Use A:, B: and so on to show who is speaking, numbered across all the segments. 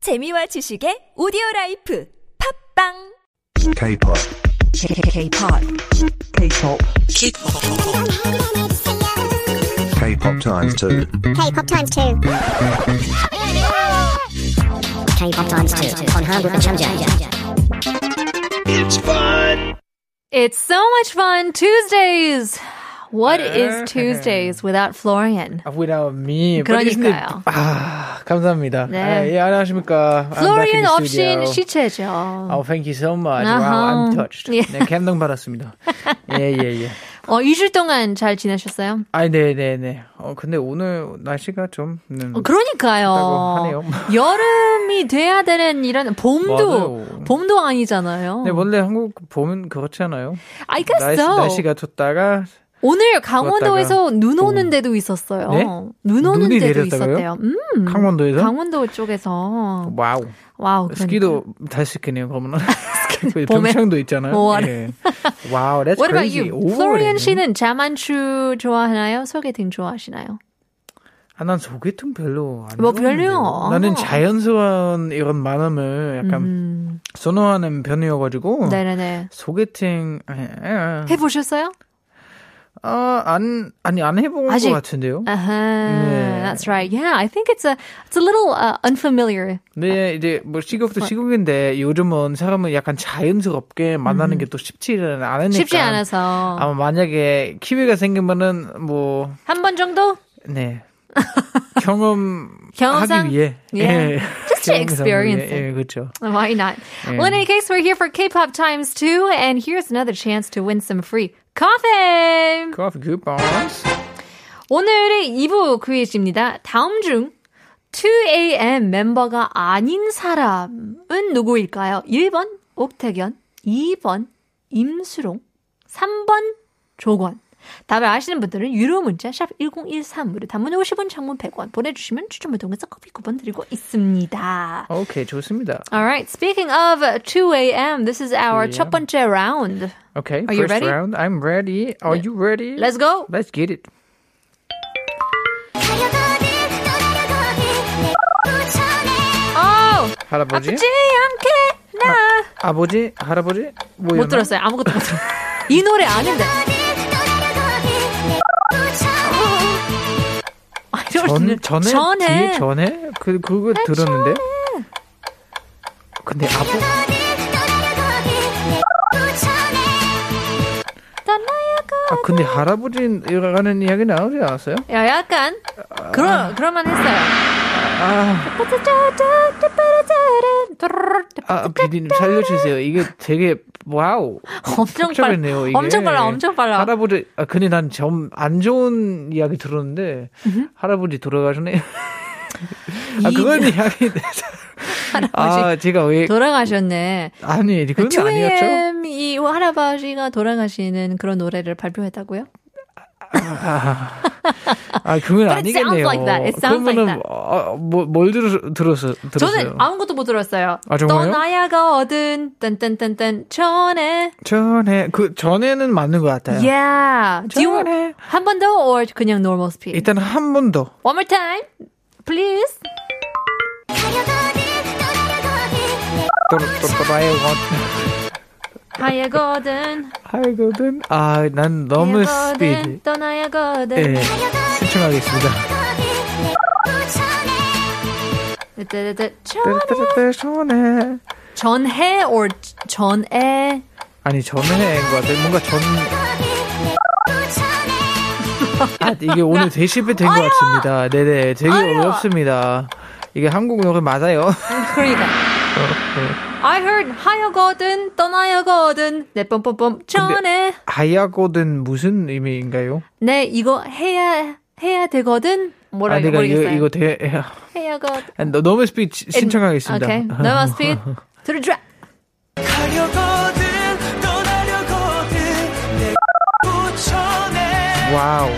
A: 재미와 지식의 오디오 라이프 팝빵
B: K-pop,
C: K-pop, K-pop,
B: K-pop times two.
D: K-pop times two. K-pop times two on Hangul Chanja.
E: It's so much fun Tuesdays. What is Tuesdays without Florian?
F: Without me. But isn't it-
E: 그러니까요.
F: 뭐 아, 감사합니다.
E: 네.
F: 아, 예, 안녕하십니까. I'm back in
E: Florian
F: the
E: 없인
F: studio.
E: 시체죠.
F: Oh, thank you so much.
E: 아하.
F: Wow, I'm touched.
E: 예.
F: 네, 감동 받았습니다. 예, 예, 예.
E: 어, 2주 동안 잘 지내셨어요?
F: 아, 네, 네, 네. 어, 근데 오늘 날씨가 좀 음,
E: 어, 그러니까요.
F: 그렇다고 하네요.
E: 여름이 돼야 되는 이런 봄도
F: 맞아요.
E: 봄도 아니잖아요.
F: 네, 원래 한국 봄은 그렇잖아요.
E: I guess
F: 날씨,
E: so.
F: 날씨가 좋다가
E: 오늘 강원도에서 눈 오는
F: 봄.
E: 데도 있었어요.
F: 네?
E: 눈 오는
F: 눈이
E: 데도
F: 내렸다고요?
E: 있었대요. 음.
F: 강원도에서
E: 강원도 쪽에서
F: 와우.
E: 와우. 그러니까.
F: 스키도 달 스키네요. 그러면 그
E: 봄에.
F: 평창도 있잖아요.
E: 오, 알아.
F: 예. 와우, that's
E: 뭐 What about
F: crazy.
E: you?
F: 오,
E: Florian
F: 그랬네.
E: 씨는 자만추 좋아하나요? 소개팅 좋아하시나요?
F: 아, 난 소개팅 별로 안
E: 뭐
F: 좋아하는데.
E: 별로요?
F: 나는 자연스러운 이런 마음을 약간
E: 음,
F: 선호하는 편이어가지고
E: 네네네.
F: 소개팅 아,
E: 해보셨어요?
F: 안 아니 안 해본
E: 아직-
F: 것 같은데요.
E: Uh-huh.
F: 네.
E: That's right. Yeah, I think it's a it's a little uh, unfamiliar.
F: 근데 이제 뭐 시국도 시국인데 요즘은 사람은 약간 자연스럽게 만나는 게 또 쉽지는 않으니까
E: 음. 쉽지 않아서
F: 그러니까. 아마 만약에 키위가 생기면은 뭐
E: 한 번 정도
F: 네. 경험
E: 경험상?
F: 하기 위해 예.
E: Yeah. Just to
F: 경험상
E: experience
F: 위해.
E: it.
F: 예, 그렇죠.
E: Why not? Well, in any case, we're here for K-pop Times 2, and here's another chance to win some free coffee.
F: 커피 쿠폰.
E: 오늘의 2부 퀴즈입니다. 다음 중 2AM 멤버가 아닌 사람은 누구일까요? 1번 옥택연, 2번 임수롱, 3번 조건. 답을 아시는 분들은 유료 문자 샵 1013으로 단문 50원, 장문 100원 보내주시면 추첨을 통해서 커피 쿠폰 드리고 있습니다.
F: 오케이, 좋습니다.
E: Alright, speaking of 2AM, this is our
F: 2 AM.
E: 첫 번째 round. Are
F: Okay, first
E: you ready? 네.
F: round. I'm ready. Are you ready?
E: Let's go!
F: Let's get it.
E: Oh!
F: 할아버지,
E: 아프지 않게 나!
F: 네? 아버지, 할아버지. 뭐였나?
E: 못 들었어요. 아무것도 못 들었어요. 이 노래 아는데. I don't
F: 전
E: know.
F: 전에
E: 아, 전에. 아,
F: 뒤에, 전에 그 그거 들었는데. 근데 아버 아, 근데 할아버지라는 이야기 나오지 않았어요?
E: 야, 약간 그런 그런만 했어요.
F: 아, 아 비디님 살려주세요. 이게 되게 와우.
E: 엄청 빨라.
F: 복잡했네요, 아, 이게.
E: 엄청 빨라. 엄청 빨라.
F: 할아버지 아 근데 난 좀 안 좋은 이야기 들었는데 할아버지 돌아가셨네. 아
E: 이-
F: 그건 이야기. 아 제가 왜
E: 돌아가셨네.
F: 아니 그건 아니었죠?
E: 2AM 이 할아버지가 돌아가시는 그런 노래를 발표했다고요?
F: 아 그건
E: But it sounds
F: 아니겠네요.
E: like that. It sounds like
F: 그러면은
E: that.
F: 어, 뭐, 뭘 들었, 들었어, 들었어요?
E: 저는 아무것도 못 들었어요.
F: 아, 정말요?
E: 떠나야 거든 딴딴딴딴 전에
F: 전에 그 전에는 맞는 것 같아요.
E: yeah. Do you
F: 전에.
E: 한 번 더 or 그냥 normal speed?
F: 일단 한 번 더.
E: One more time, please.
F: 또또또라이
E: 가야거든.
F: 하거든. 아 난 너무 스피드.
E: 가야거든, 떠나야거든.
F: 예, 시청하겠습니다.
E: 네, 뜨뜨뜨, 전-
F: 떼떼떼 전에
E: 전해 or 전에
F: 아니 전에인 것 같아. 뭔가 전. 아, 이게 오늘 대시배 된것 같습니다. 네네, 되게
E: 어려워.
F: 어렵습니다. 이게 한국 노래 맞아요.
E: 그러니까
F: 어,
E: I heard 하여거든 떠나야거든 내 뻔뻔뻔 전에
F: 하야고든 무슨 의미인가요?
E: 내 네, 이거 해야 해야 되거든 뭐라
F: 아, 내가 이거
E: 모르겠어요
F: 이거 대
E: 해야거든
F: 아, 너- 너무 스피치 신청하겠습니다.
E: 오케이 너마 스피드 들어줘
F: 와우.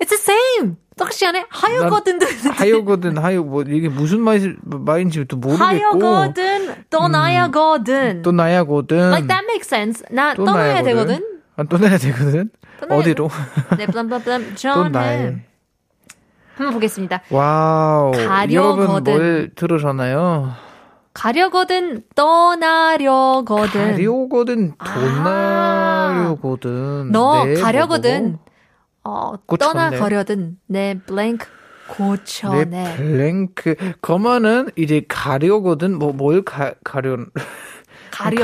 E: It's the same 떡시안에 하여거든도 있는데
F: 하여거든 하여 뭐 이게 무슨 말이 말인지 또 모르겠고 음,
E: 하여거든 아, 떠나야거든
F: 또 나야거든
E: Like that makes sense 나
F: 또
E: 떠나야
F: 나야거든.
E: 되거든
F: 아, 또 나야 되거든
E: 떠나야 네,
F: 어디로
E: 내 뻔뻔뻔
F: 또
E: 전에
F: 나야
E: 한번 보겠습니다.
F: 와우.
E: 가려거든.
F: 여러분 뭘 들으셨나요?
E: 가려거든 떠나려거든.
F: 가려거든
E: 네. 아.
F: 돈나려거든.
E: 너
F: 내
E: 가려거든
F: 뭐고?
E: 어
F: 고쳤네.
E: 떠나거려든 내 블랭크
F: 내
E: 고쳐내.
F: 블랭크. 그러면은 이제 가려거든 뭐 뭘 가려
E: 가려.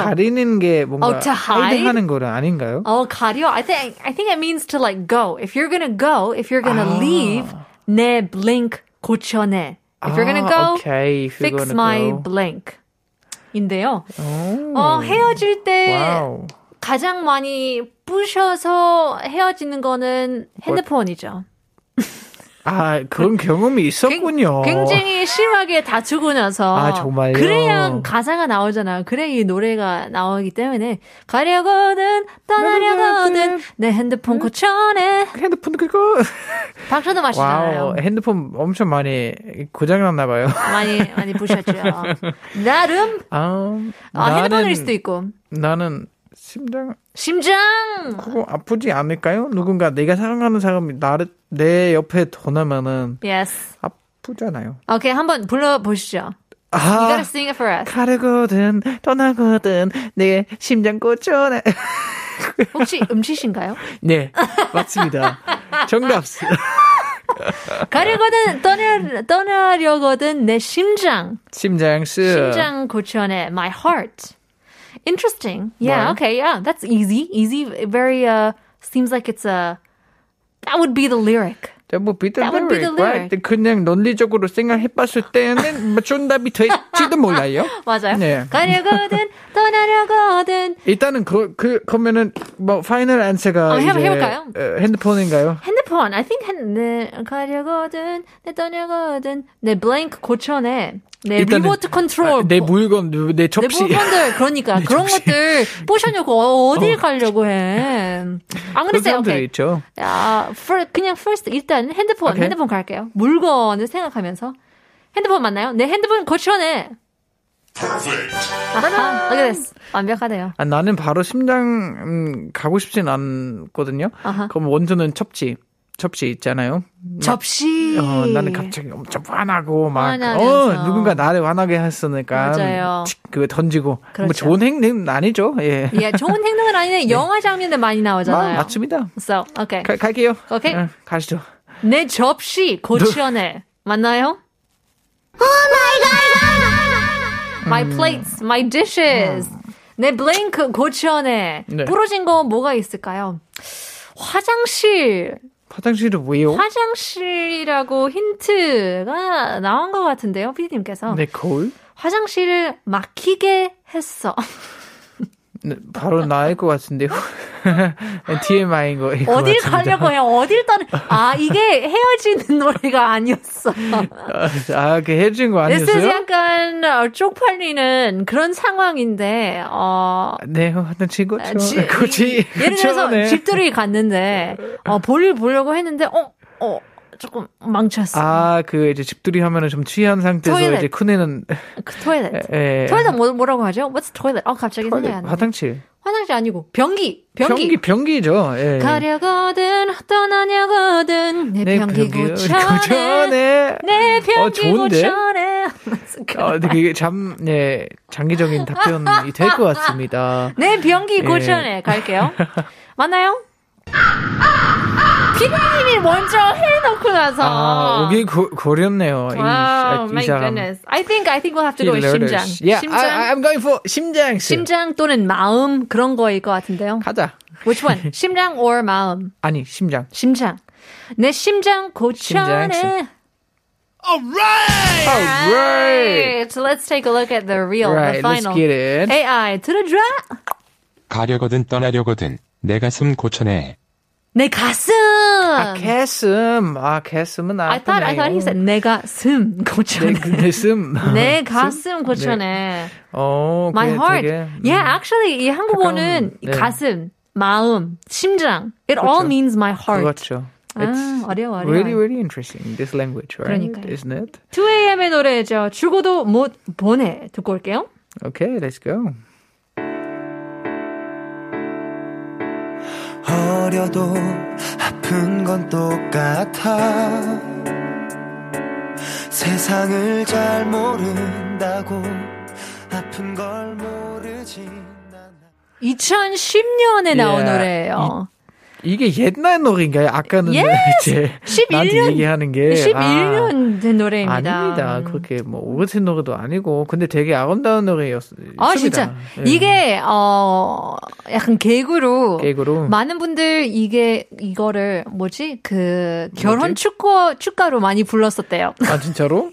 F: 아, 가리는 게 뭔가
E: 어, to hide?
F: 하이딩하는 거는 아닌가요?
E: 어 가려. I think I think it means to like go. If you're gonna go, if you're gonna
F: 아.
E: leave, 내 blink 고쳐내. 어, If you're gonna
F: 아,
E: go,
F: okay. If you're
E: fix
F: gonna
E: my
F: go. Hmm.
E: blank. 인데요.
F: 오.
E: 어 헤어질 때
F: 와우.
E: 가장 많이 부셔서 헤어지는 거는 핸드폰이죠.
F: 아 그런 경험이 있었군요.
E: 굉장히 심하게 다투고 나서
F: 어. 아, 정말요?
E: 그래야 가사가 나오잖아요. 그래 이 노래가 나오기 때문에 가려거든 떠나려거든 내 핸드폰 고쳐내
F: 핸드폰 그거
E: 박수도 마시잖아요.
F: 와우 핸드폰 엄청 많이 고장났나 봐요.
E: 많이 많이 부셨죠. 나름
F: 아,
E: 아, 핸드폰일 수도 있고
F: 나는 심장
E: 심장
F: 그거 뭐 아프지 않을까요? 누군가 내가 사랑하는 사람이 나를 내 옆에 떠나면은
E: yes.
F: 아프잖아요.
E: 오케이 한번 불러 보시죠. You
F: 아
E: gotta sing it for us.
F: 가려거든 떠나거든 내 심장 꽂혀내
E: 혹시 음치신가요?
F: 네 맞습니다. 정답.
E: 가려거든 떠나 떠나려거든 내 심장
F: 심장 씨.
E: 심장 고쳐내 my heart. Interesting. Yeah.
F: Right.
E: Okay. Yeah. That's easy. Easy. Very. Uh. Seems like it's a. That would be the lyric.
F: 자, 뭐 비틀
E: That would be the
F: lyric, right? 그냥 논리적으로 생각해봤을 때는 뭐 정답이 될지도 몰라요.
E: 맞아요.
F: 네.
E: 가려거든 떠나려거든
F: 일단은 그, 그 그러면은 뭐 파이널 안세가
E: 아,
F: 이제
E: 해보- 해볼까요?
F: 어, 핸드폰인가요?
E: 핸드폰. I think 핸, 내 가려거든 내 떠나려거든 내 blank 고쳐내 내
F: 일단은-
E: 리모트 컨트롤
F: 아, 내
E: 보-
F: 물건, 내
E: 뭐. 내
F: 접시.
E: 물건들 그러니까 그런
F: 접시.
E: 것들 뽀셔놓고 어딜 가려고 해. 안
F: 그런
E: 그랬어요.
F: 사람들이
E: 오케이.
F: 있죠.
E: 아, for, 그냥 first 일단 핸드폰
F: 오케이.
E: 핸드폰 갈게요. 물건을 생각하면서 핸드폰 맞나요? 내 핸드폰 고쳐내. 아하, look at this. 완벽하네요.
F: 아, 나는 바로 심장 음, 가고 싶진 않거든요.
E: 아하.
F: 그럼 원조는 첩지. 첩지 있잖아요.
E: 접시.
F: 어, 나는 갑자기 엄청 화나고 막
E: 화나면서.
F: 어, 누군가 나를 화나게 했으니까
E: 맞아요.
F: 그 던지고
E: 그렇죠.
F: 뭐 좋은 행동 아니죠. 예.
E: 예, 좋은 행동은 아닌데 영화 장면에 많이
F: 마-
E: 나오잖아요.
F: 맞습니다.
E: So, okay.
F: 가, 갈게요.
E: 오케이.
F: 어, 가시죠.
E: 내 접시 고치어내 맞나요? My plates, my dishes. 내 블랭크 고치어내.
F: 네.
E: 부러진 거 뭐가 있을까요? 화장실.
F: 화장실은 왜요?
E: 화장실이라고 힌트가 나온 것 같은데요, 피디님께서.
F: 내 네, 거울?
E: 화장실을 막히게 했어.
F: 네, 바로 나일 것 같은데요. 네, TMI인 거예요.
E: 어딜 가려고 해요? 어딜 떠는, 아, 이게 헤어지는 노래가 아니었어.
F: 아, 그 해준 거
E: 메시지
F: 아니었어요?
E: 약간 어, 쪽팔리는 그런 상황인데 어
F: 네, 하여튼 친구
E: 아, 지-
F: 저- 그치.
E: 이- 예를 들어서
F: 그쵸, 네.
E: 집들이 갔는데 어 볼일 보려고 했는데 어어 조금 망쳤어
F: 아, 그 이제 집들이 하면은 좀 취한 상태에서
E: 토일렛.
F: 이제 큰애는
E: 그 토일렛
F: 예.
E: 토일렛 뭐, 뭐라고 하죠? What's toilet? 어 갑자기
F: 토일렛,
E: 생각이 안 나.
F: 화장실.
E: 화장실 아니고 변기 변기,
F: 변기 변기죠. 예.
E: 가려거든 떠나려거든 내
F: 네,
E: 변기
F: 변기요.
E: 고쳐내
F: 고쳐내.
E: 내 변기
F: 좋은데?
E: 고쳐내
F: 어, 근데 그게 참, 예, 장기적인 답변이 될 것 같습니다.
E: 내 네,
F: 예.
E: 변기 고쳐내 갈게요. 맞나요? 피디님이 먼저 해놓고 나서.
F: 아, 오기 고, 고렸네요. 이, 아,
E: Wow,
F: 이
E: my
F: 사람.
E: goodness. I think I think we'll have to
F: He
E: go with
F: learned
E: 심장.
F: us. Yeah,
E: 심장,
F: I, 아, I'm going for 심장. 씨.
E: 심장 또는 마음 그런 거일 것 같은데요.
F: 가자.
E: Which one? 심장 or 마음?
F: 아니 심장.
E: 심장. 내 심장 고쳐내.
F: 심장 씨. Alright.
E: Right. So let's take a look at the real, the
F: Right. Let's
E: final.
F: get it.
E: AI 들어줘.
G: 가려거든 떠나려거든 내 가슴 고쳐내
E: 내 가슴.
F: 아 캐슴. 아 캐슴은 아.
E: 음. I thought I thought he said 네. 내 가슴 고쳐내.
F: 내슴. 네.
E: 내 네, 가슴 고쳐내.
F: 어.
E: My
F: 그게
E: heart.
F: 되게,
E: Yeah, actually 이 한국어는
F: 가까운, 네.
E: 가슴, 마음, 심장. It all means my heart.
F: 그렇죠.
E: 아, 어려워, 어려워.
F: Really, really interesting. This language, right?
E: 그러니까요.
F: Isn't it?
E: 2AM의 노래죠. 죽어도 못 보내. 듣고 올게요.
F: Okay, let's go.
H: 어려도 아픈 건 똑같아 세상을 잘 모른다고 아픈 걸 모르지
E: 2010년에 나온
F: 예.
E: 노래예요.
F: 이게 옛날 노래인가요? 아까는
E: Yes!
F: 이제
E: 11년.
F: 나한테 얘기하는 게
E: 11년 된
F: 예. 아,
E: 노래입니다. 음.
F: 아닙니다. 그렇게 뭐 오래된 노래도 아니고 근데 되게 아름다운 노래였습니다. 예.
E: 아 진짜 이게 어 약간 개그로
F: 개그로.
E: 많은 분들 이게 이거를 뭐지 그 결혼 축구 축가로 많이 불렀었대요.
F: 아 진짜로?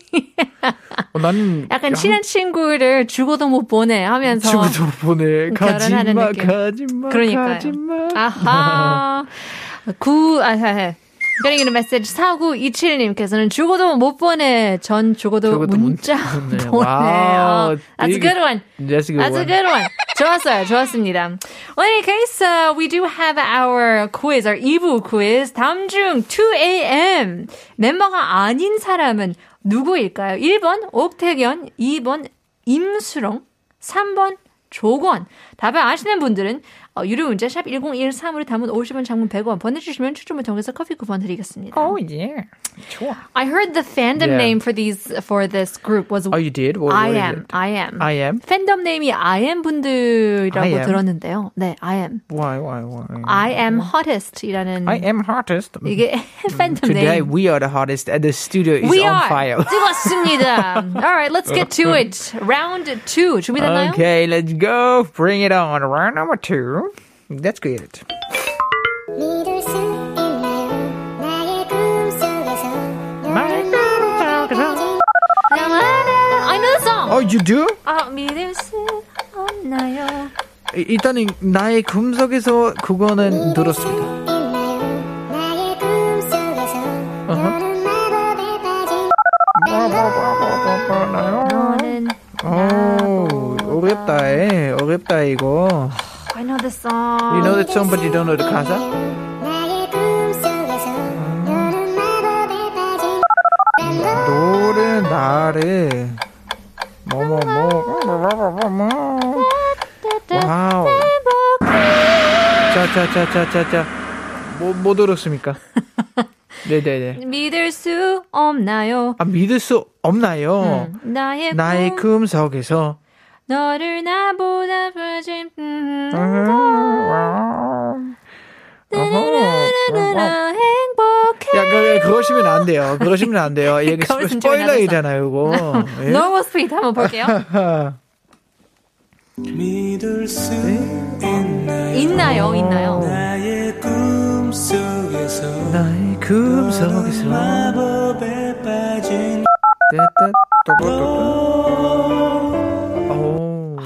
F: 어, 나는
E: 약간 친한 친구를 죽어도 못 보내 하면서
F: 친구도 보내
E: 결혼하는
F: 가지마
E: 느낌.
F: 가지마
E: 그러니까요.
F: 가지마
E: 아하. 구, 아, 아, 뼈리기는 메시지 4927님께서는 죽어도 못 보내. 전 죽어도,
F: 죽어도 문-
E: 문자
F: 네.
E: 보내. 아,
F: 와우,
E: That's a
F: 되게-
E: good one.
F: That's a good
E: That's a
F: one.
E: good one. 좋았어요. 좋았습니다. Well, in any case, uh, we do have our quiz, our 2부 quiz. 다음 중 2am. 멤버가 아닌 사람은 누구일까요? 1번 옥택연, 2번 임수롱, 3번 조건. 답을 아시는 분들은 어, 유료 문자 샵 1013으로 담은 50원 장문 100원 보내주시면 추첨을 통해서 커피 쿠폰 드리겠습니다.
F: Oh yeah. 좋아.
E: I heard the fandom
F: Yeah.
E: name for these for this group was
F: Oh you did? What,
E: I
F: what is
E: am,
F: it?
E: I am.
F: I am.
E: 팬덤 네임이 I am 분들이라고
F: I am?
E: 들었는데요. 네, I am.
F: Why why why?
E: I am hottest이라는
F: I am 음, hottest.
E: 이게 팬덤
F: Today
E: 네임.
F: we are the hottest and the studio is
E: We
F: on
E: are
F: fire.
E: 뜨겁습니다. Alright, let's get to it. Round 2 준비됐나요?
F: Okay, let's go. Bring it on. Round number two. Let's get it.
I: 믿을 수 있나요 나의 꿈속에서
F: My God, I'm so-
E: I know the song.
F: Oh, you do?
E: 아, 믿을 수 없나요?
F: 이- 일단은 나의 금속에서 그거는 들었습니다.
I: 있나요 나의 꿈속에서 너는 마법에 빠진
E: 너는
F: 오, 어렵다. 에. 어렵다 이거.
E: I know the song.
F: You know that somebody don't know the 음. 가사?
I: Oh, 나의 꿈속에서 너는 마법에 빠진
F: 노래 뭐, 나를
I: 음.
F: 뭐뭐뭐 와우 자자자자자자 뭐뭐 들었습니까? 네네네
E: 믿을 수 없나요?
F: 아 믿을 수 없나요?
I: 음.
E: 나의
F: 나의 그-
E: 꿈.
F: 금속에서
E: 너를 나보다 음, 부진
F: 음.
I: 음. 음.
E: 행복해
F: 야 그, 그러시면 안 돼요 그러시면 안 돼요 이게
E: 그걸 좀
F: 스포일러이잖아요 이거 예?
E: 노멀 스피드 한번 볼게요
H: 믿을 수 있나요
E: 있나요
F: 네.
E: 있나요
H: 나의 꿈속에서
F: 나의 금속에서
H: 마법에 빠진
F: 따따, 또또또또. 오,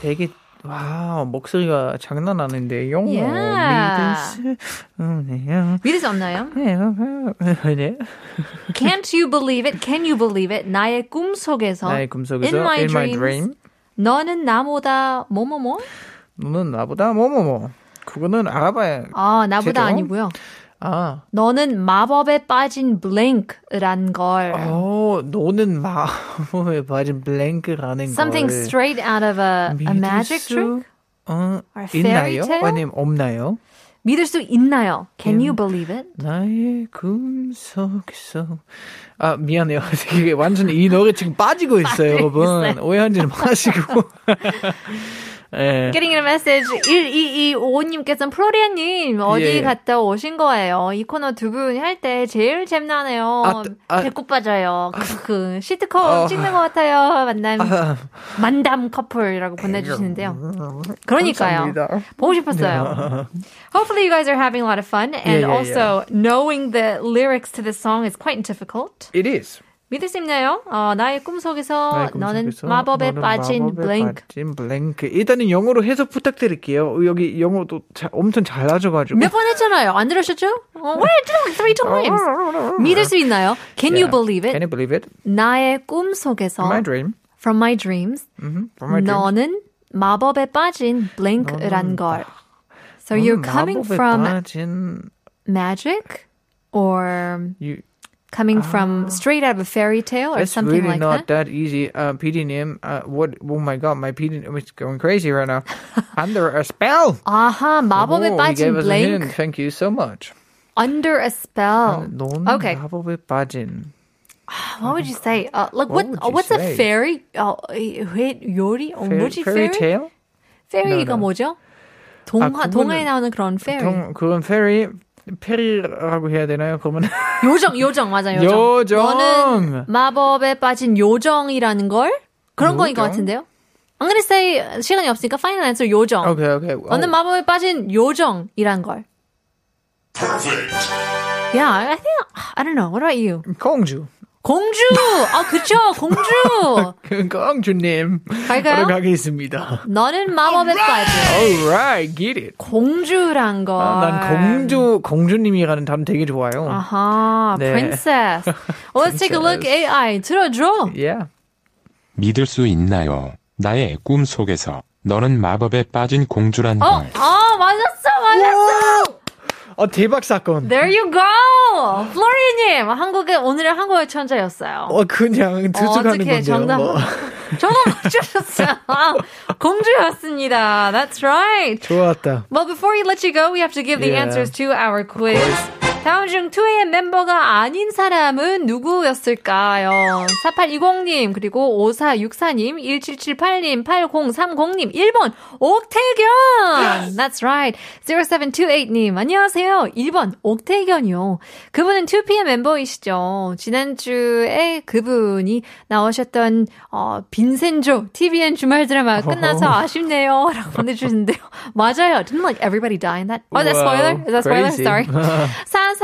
F: 되게 와 목소리가 장난 아닌데 영
E: 예. Yeah.
F: 믿을 수 없네요.
E: 믿을 수 없나요
F: 네.
E: Can't you believe it Can you believe it 나의 꿈속에서
F: 나의 꿈속에서
E: In my,
F: In My
E: dreams,
F: Dream
E: 너는 나보다 뭐뭐뭐
F: 너는 나보다 뭐뭐뭐 그거는 알아봐야
E: 아 나보다
F: 제대로?
E: 아니고요
F: 아
E: 너는 마법에 빠진 blank란 걸
F: 어, 너는 마음에 빠진 블랭크라는
E: Something
F: 걸
E: straight out of a, a
F: 믿을
E: 아, magic
F: 수-
E: trick
F: 어,
E: Or a fairy
F: 있나요?
E: tale?
F: 아니면 없나요?
E: 믿을 수 있나요? Can you believe it?
F: 나의 금속에서 아 미안해요 이게 완전 이 노래 지금 빠지고 있어요 여러분 오해하지는 마시고 예
E: Getting a message 1225님께서는 플로리아님 어디
F: 예.
E: 갔다 오신 거예요? 이 코너 두 분이 할 때 제일 잼나네요.
F: 아, 뜨- 아.
E: 배꼽 빠져요. 크크. 시트콤
F: 어.
E: 찍는 것 같아요. 만남,
F: 아,
E: 만담 커플이라고 보내주시는데요. 그러니까요.
F: 감사합니다.
E: 보고 싶었어요. Hopefully you guys are having a lot of fun and
F: 예, 예, 예.
E: also knowing the lyrics to this song is quite difficult.
F: it is
E: 믿을 수 있나요? 어, 나의 꿈속에서
F: 나의
E: 어, 너는
F: 금속에서
E: 마법에
F: 너는
E: 빠진
F: 마법에
E: 블랭크.
F: 빠진 블랭크 일단은 영어로 해석 부탁드릴게요 여기 영어도 자- 엄청 잘 하셔가지고
E: 몇 번 했잖아요. 안 들으셨죠? 어, we're doing three times. 믿을 수 있나요? Can you
F: Yeah.
E: believe it?
F: Can you believe it?
E: 나의 꿈 속에서
F: My dream
E: from my dreams
F: 음, from my dream
E: 너는 마법에 빠진 blank란 걸. So you're coming
F: 마법에
E: from
F: 빠진
E: magic or
F: you
E: coming from straight out of a fairy tale or
F: It's
E: something
F: really
E: like
F: not
E: that.
F: that, easy. Uh, PD name. Uh, what? Oh my god, my PD name is going crazy right now. Under a spell.
E: 아하, 마법에
F: Oh, you
E: 빠진
F: gave us a hint.
E: blank Oh,
F: Thank you so much.
E: under a spell.
F: 너는
E: Okay.
F: 마법에 빠진
E: What would you say? Uh, like what?
F: What would
E: uh,
F: you
E: what's a
F: say?
E: fairy? Uh, 어, 이 회 요리? 어, 뭐지? fairy?
F: fairy tale?
E: fairy가
F: No, no.
E: 뭐죠? 동화
F: 네, 아, 그거는-
E: 동화에 나오는 그런 fairy.
F: 그럼 그건 fairy 페리라고 해야 되나요? 그러면
E: 요정 요정 맞아 요정.
F: 요정.
E: 너는 마법에 빠진 요정이라는 걸 그런 거인 것
F: 요정?
E: 같은데요. I'm gonna say 시간이 없으니까 final answer 요정.
F: 오케이 오케이. 어,
E: 너는 마법에 빠진 요정이란 걸. Yeah, I think I don't know. What about you?
F: 공주.
E: 공주. 아 그쵸 공주.
F: 공주님.
E: 갈까요?
F: 바로 가겠습니다.
E: 너는 마법에 빠진
F: Alright, get it.
E: 공주란 걸.
F: 아, 난 공주 공주님이라는 단어 되게 좋아요.
E: 아하,
F: 네.
E: princess. Let's take a look AI. 들어줘.
F: Yeah.
G: 믿을 수 있나요? 나의 꿈 속에서 너는 마법에 빠진 공주란
E: 어,
G: 걸.
E: 아 맞았어, 맞았어.
F: 어 대박 사건.
E: There you go. 플로리님, 한국의 오늘의 한국의 천자였어요.
F: 어 그냥 들쭉하는
E: 어떻게
F: 건데요.
E: 정답
F: 뭐.
E: 정답 맞추셨어요. 공주였습니다. That's right.
F: 좋았다.
E: Well, before we let you go, we have to give the
F: Yeah.
E: answers to our quiz. 다음 중 2AM 멤버가 아닌 사람은 누구였을까요? 4820님, 그리고 5464님, 1778님, 8030님, 1번, 옥태견! That's right. 0728님, 안녕하세요. 1번, 옥태견이요. 그분은 2PM 멤버이시죠. 지난주에 그분이 나오셨던, 어, 빈센조, TVN 주말 드라마 끝나서 아쉽네요. 라고 보내주셨는데요. 맞아요. Didn't like everybody die in that? Oh, that's
F: Wow,
E: spoiler? Is that spoiler?
F: crazy.
E: Sorry.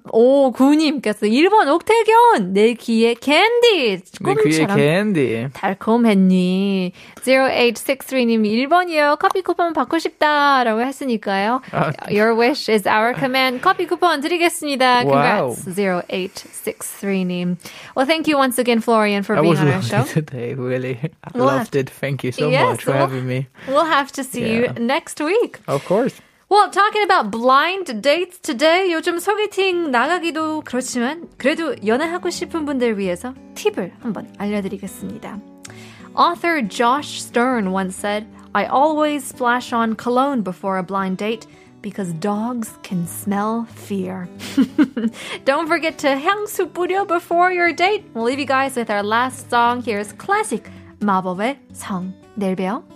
E: 4359님께서 1번 옥태견, 내 귀에 캔디.
F: 내 귀에
E: 꿈처럼
F: 캔디.
E: 달콤했니? 0863님 1번이요. 커피 쿠폰 받고 싶다라고 했으니까요.
F: 아.
E: Your wish is our command. 커피 쿠폰 드리겠습니다.
F: 와우.
E: Congrats. 0863님. Well, thank you once again, Florian, for
F: I
E: being
F: was
E: on our show.
F: lovely today, really. I
E: We'll have-
F: loved it. Thank you so
E: Yes,
F: much for
E: we'll-
F: having me.
E: We'll have to see
F: Yeah.
E: you next week.
F: Of course.
E: Well, talking about blind dates today, 요즘 소개팅 나가기도 그렇지만 그래도 연애하고 싶은 분들 위해서 팁을 한번 알려드리겠습니다. Author Josh Stern once said, I always splash on cologne before a blind date because dogs can smell fear. Don't forget to 향수 뿌려 before your date. We'll leave you guys with our last song. Here's classic 마법의 성. 내일 봬요.